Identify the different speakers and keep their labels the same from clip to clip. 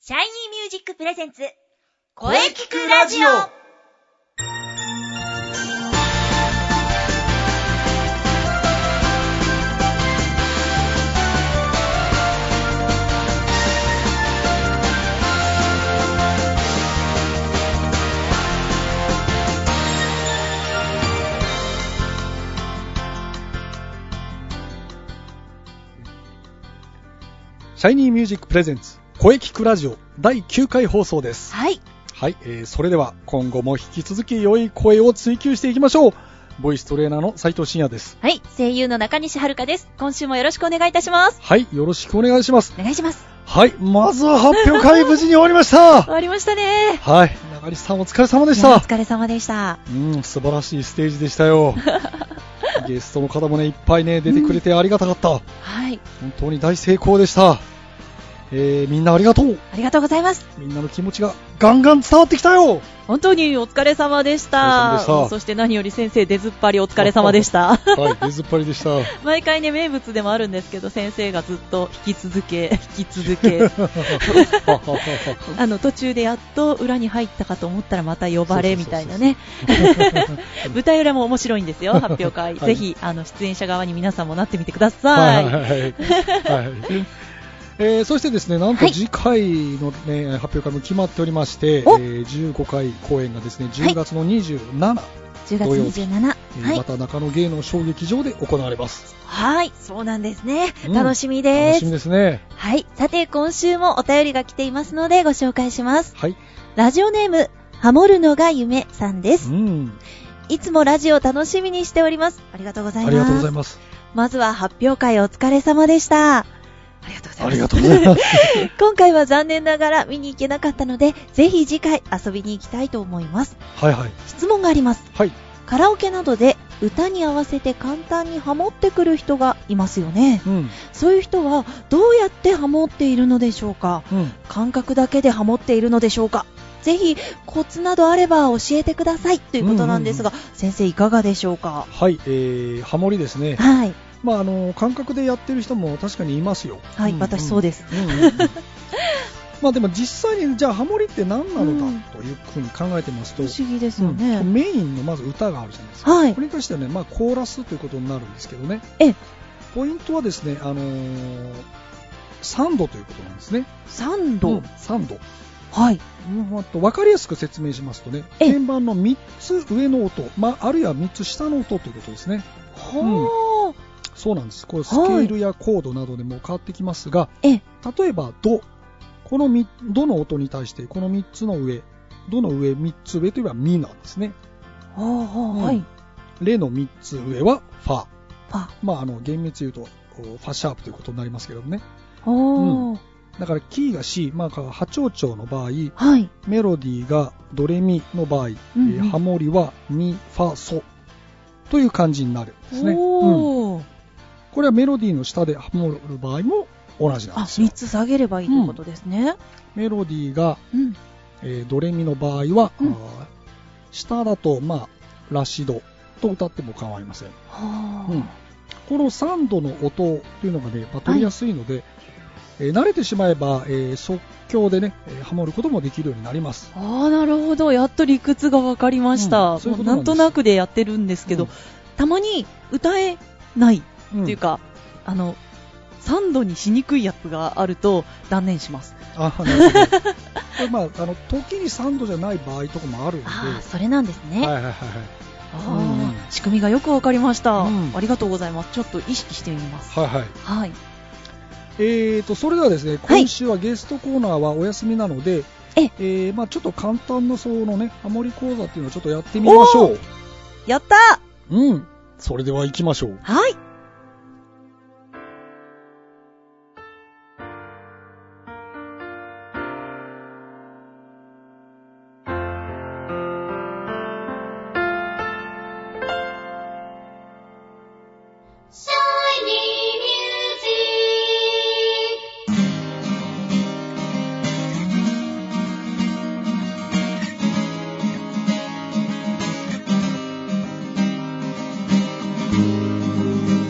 Speaker 1: シャイニーミュージックプレゼンツ、
Speaker 2: 声聞くラジオ
Speaker 3: シャイニーミュージックプレゼンツ声聞くラジオ第9回放送です。
Speaker 1: はい。
Speaker 3: はい、えー、それでは今後も引き続き良い声を追求していきましょう。ボイストレーナーの斉藤慎也です。
Speaker 1: はい。声優の中西遥です。今週もよろしくお願いいたします。
Speaker 3: はい、よろしくお願いします。
Speaker 1: お願いします。
Speaker 3: はい、まずは発表会無事に終わりました。
Speaker 1: わりましたね。
Speaker 3: はい、中西さんお疲れ様でし
Speaker 1: いやお
Speaker 3: た。
Speaker 1: 疲れ様でした。
Speaker 3: うん、素晴らしいステージでしたよ。ゲストの方もね、いっぱいね、出てくれてありがたかった。本
Speaker 1: はい。
Speaker 3: 当に大成功でした。えー、みんなありがとう。
Speaker 1: ありがとうございます。
Speaker 3: みんなの気持ちがガンガン伝わってきたよ。
Speaker 1: 本当にお疲れ様でし
Speaker 3: お疲
Speaker 1: た。
Speaker 3: れ様でした
Speaker 1: そして何より先生出ずっぱりお疲れ様でした。
Speaker 3: はい、出ずっぱりでした。
Speaker 1: 毎回ね、名物でもあるんですけど、先生がずっと引き続け、引き続け、 あの、途中でやっと裏に入ったかと思ったらまた呼ばれ
Speaker 3: そう
Speaker 1: み
Speaker 3: そう
Speaker 1: た
Speaker 3: そう
Speaker 1: い
Speaker 3: そう
Speaker 1: なね。舞台裏も面白いんです よ、発表会。
Speaker 3: は
Speaker 1: ぜ
Speaker 3: い
Speaker 1: ひ、あの、出演者側に皆さんもなってみてくだ
Speaker 3: は
Speaker 1: さ
Speaker 3: い
Speaker 1: い。
Speaker 3: はいはい、はいえーそしてですねなんと
Speaker 1: はい
Speaker 3: 次回の、ね発表会も決まっておりまして、え
Speaker 1: お
Speaker 3: ー15回公演がですね
Speaker 1: はい
Speaker 3: 10月の27、
Speaker 1: 10月27。
Speaker 3: えー
Speaker 1: は
Speaker 3: ま
Speaker 1: い。
Speaker 3: た中野芸能小劇場で行われます
Speaker 1: はい。そうなんですね。
Speaker 3: うん
Speaker 1: 楽しみで
Speaker 3: 楽
Speaker 1: す
Speaker 3: しみ。ですね
Speaker 1: はい。さて、今週もお便りが来ていますのでご紹介します。
Speaker 3: はい、
Speaker 1: ラジオネーム、ハモるのが夢さんで
Speaker 3: う
Speaker 1: す。
Speaker 3: ん、
Speaker 1: いつもラジオ楽しみにしております。ありがとうござい
Speaker 3: あ
Speaker 1: ます。
Speaker 3: りがとうございます
Speaker 1: まずは発表会お疲れ様でした。ありがとうございます。
Speaker 3: ありがとうございます
Speaker 1: 今回は残念ながら見に行けなかったので、ぜひ次回遊びに行きたいと思います。
Speaker 3: はいはい
Speaker 1: 質問があります。
Speaker 3: はい
Speaker 1: カラオケなどで歌に合わせて簡単にハモってくる人がいますよね。
Speaker 3: うん
Speaker 1: そういう人はどうやってハモっているのでしょうか
Speaker 3: うん
Speaker 1: 感覚だけでハモっているのでしょうかぜひコツなどあれば教えてくださいということなんですが、先生いかがでしょうか
Speaker 3: はい、えー、ハモリですね、
Speaker 1: はい。
Speaker 3: まあ、あの感覚でやってる人も確かにいますよ、
Speaker 1: はい、
Speaker 3: ん
Speaker 1: 私そうです。
Speaker 3: うんうん うんまあでも実際にじゃあハモリって何なのだというふうに考えてますと、
Speaker 1: 不思議ですよね。
Speaker 3: うんメインのまず歌があるじゃないですか、
Speaker 1: はい
Speaker 3: こ。れに関してはね、まあ、コーラスということになるんですけどね
Speaker 1: ええ
Speaker 3: ポイントはですね、あのー、3度ということなんですね
Speaker 1: サン
Speaker 3: う
Speaker 1: ド。
Speaker 3: ん3度
Speaker 1: はい。
Speaker 3: うんあと分かりやすく説明しますとね
Speaker 1: ええ
Speaker 3: 鍵盤の3つ上の音、まあ、あるいは3つ下の音ということですね
Speaker 1: ほー。
Speaker 3: そうなんですこれスケールやコードなどでも変わってきますが、
Speaker 1: ええ
Speaker 3: 例えば「ド」このみドの音に対してこの3つの上ドの上3つ上といえば「ミ」なんですね
Speaker 1: ほーほー、は
Speaker 3: うん
Speaker 1: い。
Speaker 3: レの3つ上はファ。
Speaker 1: パ。
Speaker 3: まあ、あの、厳密に言うと、こうファシャープということになりますけどもね。
Speaker 1: ほー。
Speaker 3: だから、キーが C、まあ、波長長の場合、
Speaker 1: はい。
Speaker 3: メロディーがドレミの場合、
Speaker 1: うんうん
Speaker 3: えーハモリはミ、ファ、ソという感じになるんですね。うん
Speaker 1: おー。
Speaker 3: これはメロディーの下でハモる場合も同じなん
Speaker 1: あ、
Speaker 3: ですよ
Speaker 1: 三。つ下げればいいということですね。
Speaker 3: メロディーが、
Speaker 1: うん。
Speaker 3: えードレミの場合は、
Speaker 1: うん
Speaker 3: あー下だと、まあ、ラシドと歌っても構いません。
Speaker 1: は
Speaker 3: うん
Speaker 1: ー。
Speaker 3: この3度の音というのがね、まあ取りやすいので、えー慣れてしまえば、えー即興でね、えーハモることもできるようになります。
Speaker 1: あーなるほどやっと理屈が分かりました、
Speaker 3: うんそういう
Speaker 1: も
Speaker 3: こ
Speaker 1: う
Speaker 3: と
Speaker 1: な
Speaker 3: な
Speaker 1: んん
Speaker 3: です
Speaker 1: となくでやってるんですけど、たまに歌えないっ
Speaker 3: うん、
Speaker 1: ていうか、あの3度にしにくいやつがあると断念します
Speaker 3: あなるほど これまあ、あの時に3度じゃない場合とかもあるんで、
Speaker 1: ああ
Speaker 3: は
Speaker 1: それなんです
Speaker 3: い
Speaker 1: ね、
Speaker 3: はいはいはい
Speaker 1: あー
Speaker 3: うん
Speaker 1: 仕組みがよく分かりました、
Speaker 3: うん
Speaker 1: ありがとうございますちょっと意識してみます
Speaker 3: はいはい
Speaker 1: はい
Speaker 3: えー、とそれではですね
Speaker 1: はい
Speaker 3: 今週はゲストコーナーはお休みなので、
Speaker 1: え
Speaker 3: えーまあ、ちょっと簡単なそのねハモリ講座っていうのをちょっとやってみましょう
Speaker 1: やった
Speaker 3: うんそれでは行きましょう
Speaker 1: ーはい
Speaker 4: 「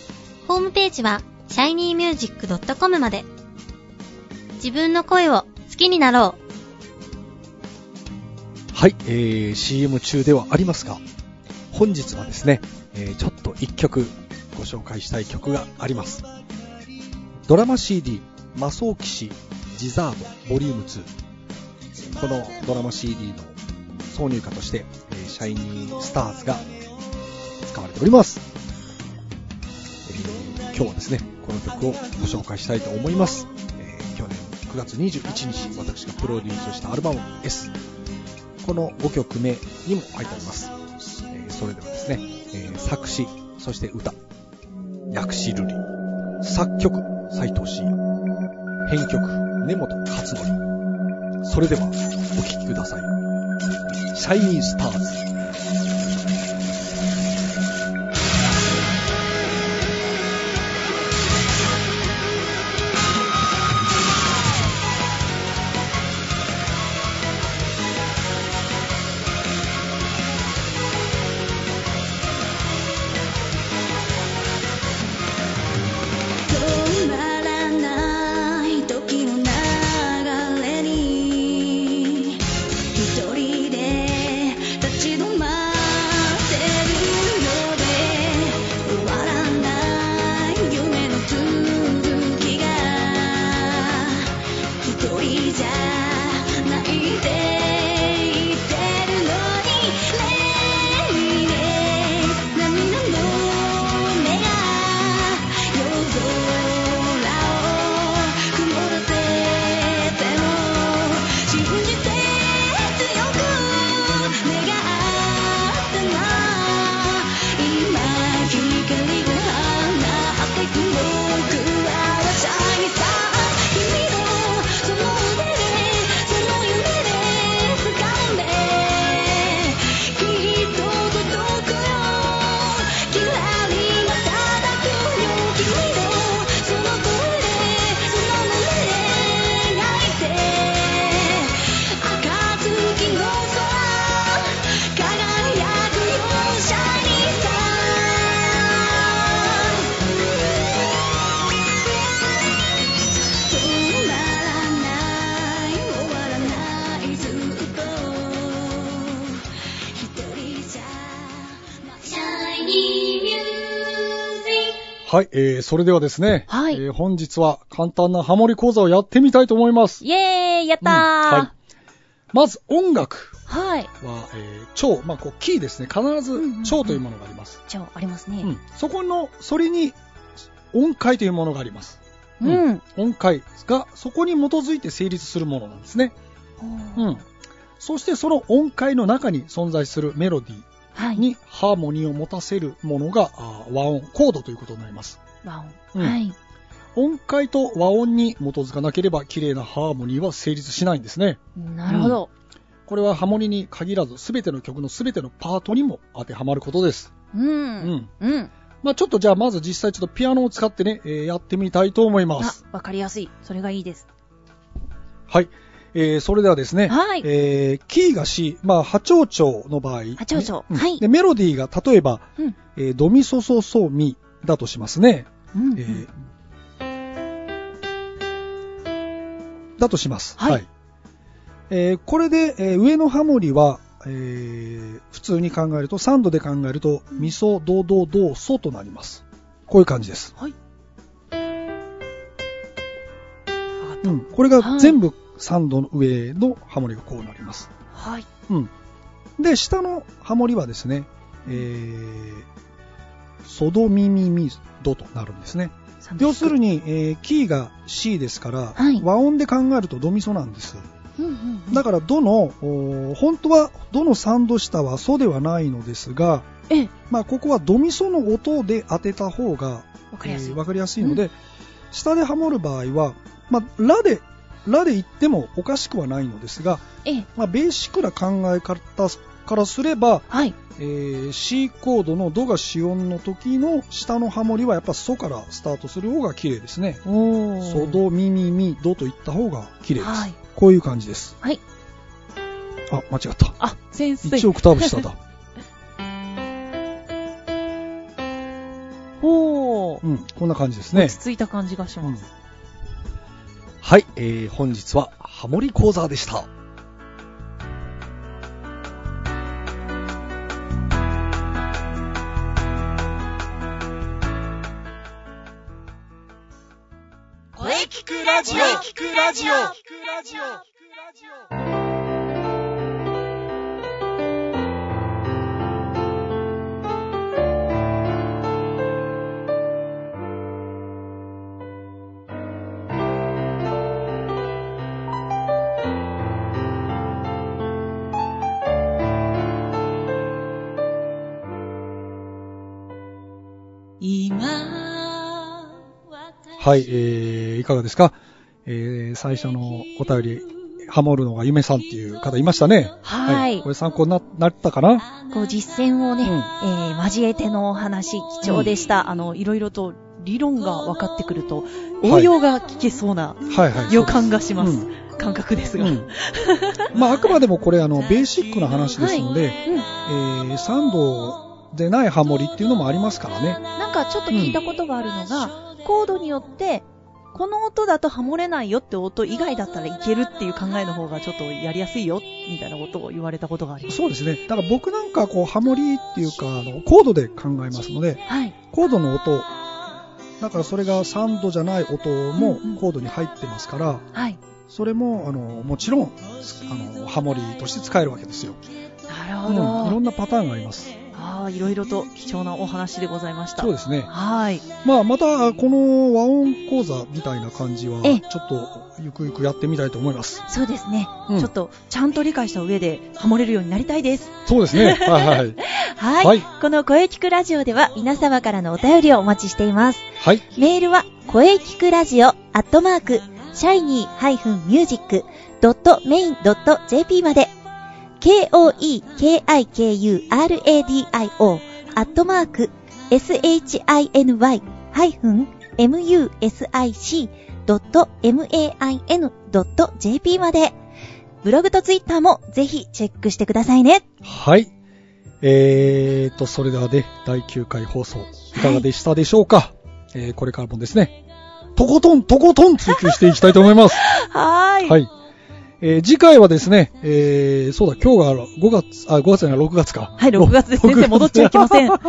Speaker 4: ホームページは shinymusic.com まで自分の声を好きになろう
Speaker 5: はい、えー、CM 中ではありますが、本日はですね、えーちょっと一曲ご紹介したい曲があります。ドラマ CD、魔装騎士、ジザード、ボリューム2。このドラマ CD の挿入歌として、えーシャイニースターズが使われております。えー今日はですね、この曲をご紹介したいと思います。えー去年9月21日、私がプロデュースしたアルバム S。この5曲目にも入っております、えーそれではですね、えー作詞そして歌薬師瑠璃作曲斉藤慎也編曲根本勝則それではお聴きくださいシャイニースターズ
Speaker 6: 止まらない時の流れに一人で立ち止まってるようで終わらない夢の続きが一人じゃないって言ってるのにねえねえ涙の目が夜空を曇らせても信じて強く願ったが今光が放ってく僕はシャイさ君のその腕でその夢で掴んできっと届くよキラリが叩くよ君のその声でその胸で泣いて暁の空輝くよシャイニーさん「止まらない終わらないずっと」「一人じゃシャイニーミュージック」
Speaker 3: はい、えー、それではですね、
Speaker 1: はい
Speaker 3: えー本日は簡単なハモリ講座をやってみたいと思います。
Speaker 1: イエーイやったー、
Speaker 3: はまず音楽
Speaker 1: はい。はい。
Speaker 3: は、えー、超、まあ、こう、キーですね。必ず超というものがあります。
Speaker 1: じゃあ、あります
Speaker 3: う
Speaker 1: ね
Speaker 3: ん。そこの、それに、音階というものがあります。
Speaker 1: うん。
Speaker 3: 音階が、そこに基づいて成立するものなんですね。うん。そして、その音階の中に存在するメロディ
Speaker 1: は
Speaker 3: ー
Speaker 1: い。
Speaker 3: にハーモニーを持たせるものが、あー和音、コードということになります。
Speaker 1: 和音、
Speaker 3: うん
Speaker 1: はい。
Speaker 3: 音階と和音に基づかなければ綺麗なハーモニーは成立しないんですね
Speaker 1: なるほど。
Speaker 3: これはハモニに限らず全ての曲の全てのパートにも当てはまることです
Speaker 1: うん。う。
Speaker 3: うんんまあちょっとじゃあまず実際ちょっとピアノを使ってね、えーやってみたいと思いま
Speaker 1: あ
Speaker 3: す、
Speaker 1: わかりやすい。それがいいです。
Speaker 3: はい、えーそれではですね、
Speaker 1: はい
Speaker 3: えーキーが C、まあ、波長長の場合
Speaker 1: 波長長
Speaker 3: ねうん
Speaker 1: はい
Speaker 3: でメロディーが例えば、
Speaker 1: うん
Speaker 3: えードミソソソミだとしますね、
Speaker 1: うん。
Speaker 3: えーだとします。
Speaker 1: はい
Speaker 3: えーこれで、えー上のハモリは、えー普通に考えると、3度で考えると、ミソ、ド、ド、ド、ソとなります。こういう感じです。
Speaker 1: はい。
Speaker 3: うん、これが
Speaker 1: はい
Speaker 3: 全部3度の上のハモリがこうなります。
Speaker 1: はい。
Speaker 3: うん、で、下のハモリはですね、えー、ソドミミミドとなるんですね。要する
Speaker 1: に、
Speaker 3: に、えーキーが C ですから、
Speaker 1: はい
Speaker 3: 和音で考えるとドミソなんです。
Speaker 1: うんうんうん
Speaker 3: だから、どの、おー本当は、どの3度下はソではないのですが、
Speaker 1: ええ
Speaker 3: まあ、ここはドミソの音で当てた方が
Speaker 1: わかりやすい
Speaker 3: えーわかりやすいので、下でハモる場合は、まあ、ラで、ラで言ってもおかしくはないのですが、
Speaker 1: ええ
Speaker 3: まあ、ベーシックな考え方からすれば、
Speaker 1: はい
Speaker 3: えー C コードのドが子音の時の下のハモリはやっぱソからスタートする方が綺麗ですね。
Speaker 1: おお
Speaker 3: ソ、ド、ミ、ミ、ミ、ドといった方が綺麗です。
Speaker 1: はい
Speaker 3: こういう感じです。
Speaker 1: はい
Speaker 3: あ、間違った。
Speaker 1: あ先生
Speaker 3: 1オクターブ 下だ。
Speaker 1: おお、
Speaker 3: うん、こんな感じですね。
Speaker 1: 落ち着いた感じがします、
Speaker 5: はい、えー本日はハモリ講座でした。
Speaker 2: 声聞くラジオ声聞くラジオ
Speaker 6: 今
Speaker 3: はい、えー、いかがですか、えー、最初のお便り、ハモるのが夢さんっていう方いましたね。
Speaker 7: はい
Speaker 3: これ参考にななったかな
Speaker 7: こう実践をね、
Speaker 3: うん
Speaker 7: えー交えてのお話、貴重でした。
Speaker 1: あのいろいろと理論が分かってくると応用が聞けそうな
Speaker 3: はいはい。
Speaker 1: 予感がします、
Speaker 3: う
Speaker 1: 感覚ですが、
Speaker 3: うんまあ、あくまでもこれ、あの、ベーシックな話ですので、
Speaker 7: うん
Speaker 3: えー、サンドでないハモリっていうのもありますからね。
Speaker 7: なんかちょっと聞いたことがあるのが、コードによって、
Speaker 1: この音だとハモれないよって音以外だったらいけるっていう考えの方がちょっとやりやすいよみたいなことを言われたことがあります。
Speaker 3: そうですね。だから僕なんか、こう、ハモリっていうか、あの、コードで考えますので、
Speaker 7: はい。
Speaker 3: コードの音、だからそれがサンドじゃない音
Speaker 1: う
Speaker 3: も
Speaker 1: んうん
Speaker 3: コードに入ってますから、
Speaker 7: はい。
Speaker 3: それもあのもちろんつあのハモリとして使えるわけですよ、
Speaker 1: なる
Speaker 3: う
Speaker 1: ほ
Speaker 3: んい
Speaker 1: ど。
Speaker 3: ろんなパターンがあります
Speaker 1: ああ、いろいろと貴重なお話でございました。
Speaker 3: そうですね、
Speaker 1: はい。
Speaker 3: まあ、またこの和音講座みたいな感じは
Speaker 7: ええ
Speaker 3: ちょっとゆくゆくやってみたいと思います
Speaker 7: そうですね。
Speaker 3: うん
Speaker 1: ちょっと、ちゃんと理解した上で、ハモれるようになりたいです。
Speaker 3: そうで すねはいはい
Speaker 7: はい。
Speaker 3: はい
Speaker 7: この声聞くラジオでは皆様からのお便りをお待ちしています。
Speaker 3: はい
Speaker 7: メールは、声聞くラジオアットマーク、shiny-music.main.jp まで、k-o-e-k-i-k-u-r-a-d-i-o アットマーク、shiny-music.main.jp まで、ブログとツイッターもぜひチェックしてくださいね。
Speaker 3: はいえーとそれではね第9回放送いかがでしたでしょうか、えーこれからもですねとことんとことん追求していきたいと思 います
Speaker 7: はーい。
Speaker 3: はい。えー次回はですね、えーそうだ、今日が5月、あ、5月じゃない、6月か。
Speaker 1: はい、6月です。先生、戻っちゃいけ ません。は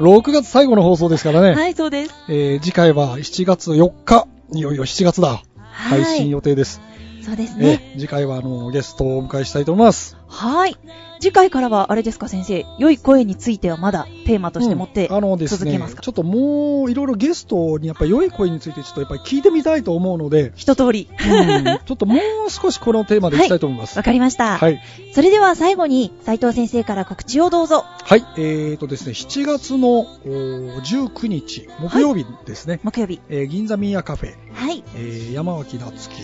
Speaker 3: 6月最後の放送ですから ね。
Speaker 1: い、そうです。
Speaker 3: えー次回は7月4日、いよいよ7月だ。配信予定です。
Speaker 7: そうですね。
Speaker 3: えー次回は、あの、ゲストをお迎えしたいと思います。
Speaker 1: はい。次回からは、あれですか、先生、良い声についてはまだテーマとして持って、
Speaker 3: うんあのです
Speaker 1: 続け
Speaker 3: ね、
Speaker 1: ますか
Speaker 3: ちょっともう、いろいろゲストにやっぱり良い声についてちょっとやっぱり聞いてみたいと思うので、
Speaker 1: 一通り。
Speaker 3: うんちょっともう少しこのテーマでいきたいと思います。
Speaker 7: わかりました。
Speaker 3: はい。
Speaker 7: それでは最後に、斉藤先生から告知をどうぞ。
Speaker 3: はい、えーとですね、7月のおー19日、木曜日ですね、
Speaker 7: 木曜日。
Speaker 3: えー銀座ミーヤカフェ、
Speaker 7: はい。
Speaker 3: えー山脇夏樹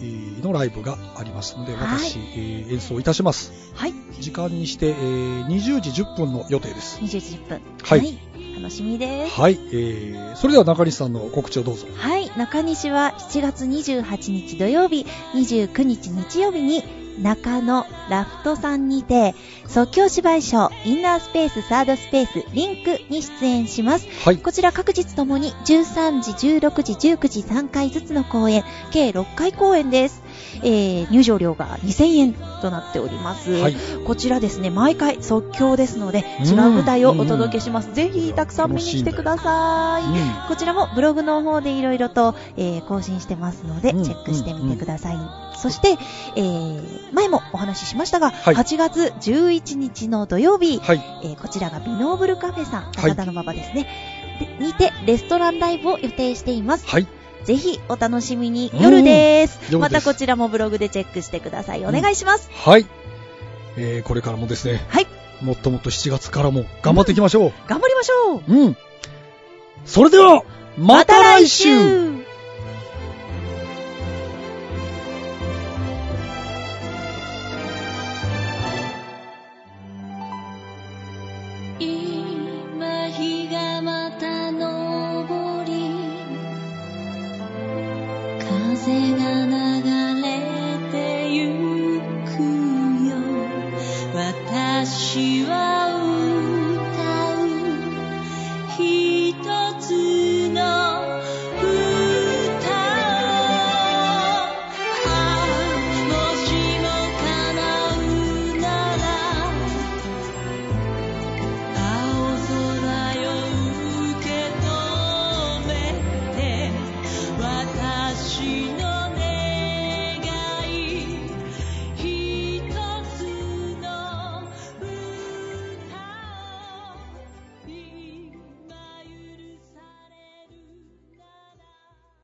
Speaker 3: えーのライブがありますので、
Speaker 7: はい
Speaker 3: 私、えー演奏いたします。
Speaker 7: はい。
Speaker 3: 時間にして、えー20時10分の予定です。
Speaker 7: 20時10分。
Speaker 3: はい
Speaker 7: 楽しみです。
Speaker 3: はい、えーそれでは中西さんの告知をどうぞ。
Speaker 7: はい。中西は7月28日土曜日、29日日曜日に、中野ラフトさんにて、即興芝居賞、インナースペース、サードスペース、リンクに出演します。
Speaker 3: はい、
Speaker 7: こちら各日ともに13時、16時、19時3回ずつの公演、計6回公演です。えー入場料が2000円となっております。
Speaker 3: はい、
Speaker 1: こちらですね、毎回即興ですので、違う舞台をお届けします。ぜひ、たくさん見に来てください。
Speaker 3: う
Speaker 7: こちらもブログの方でいろいろと、えー更新してますので、
Speaker 3: うん
Speaker 7: チェックしてみてください。そして、えー前もお話ししましたが、
Speaker 3: はい
Speaker 7: 8月11日の土曜日
Speaker 3: ん、、はい、
Speaker 7: えーこちらがビノーブルカフェさん、
Speaker 3: はい
Speaker 7: 高田の馬場ですね、でにてレストランライブを予定しています。
Speaker 3: はい、
Speaker 7: ぜひお楽しみに
Speaker 3: う。ん
Speaker 7: 夜です。
Speaker 3: 夜です
Speaker 7: またこちらもブログでチェックしてください。お願いします。
Speaker 3: はい、えーこれからもですね、
Speaker 7: はい
Speaker 3: もっともっと7月からも頑張っていきましょう。
Speaker 1: 頑張りましょう
Speaker 3: うん。それでは、また来週
Speaker 6: 今日がまた昇り風が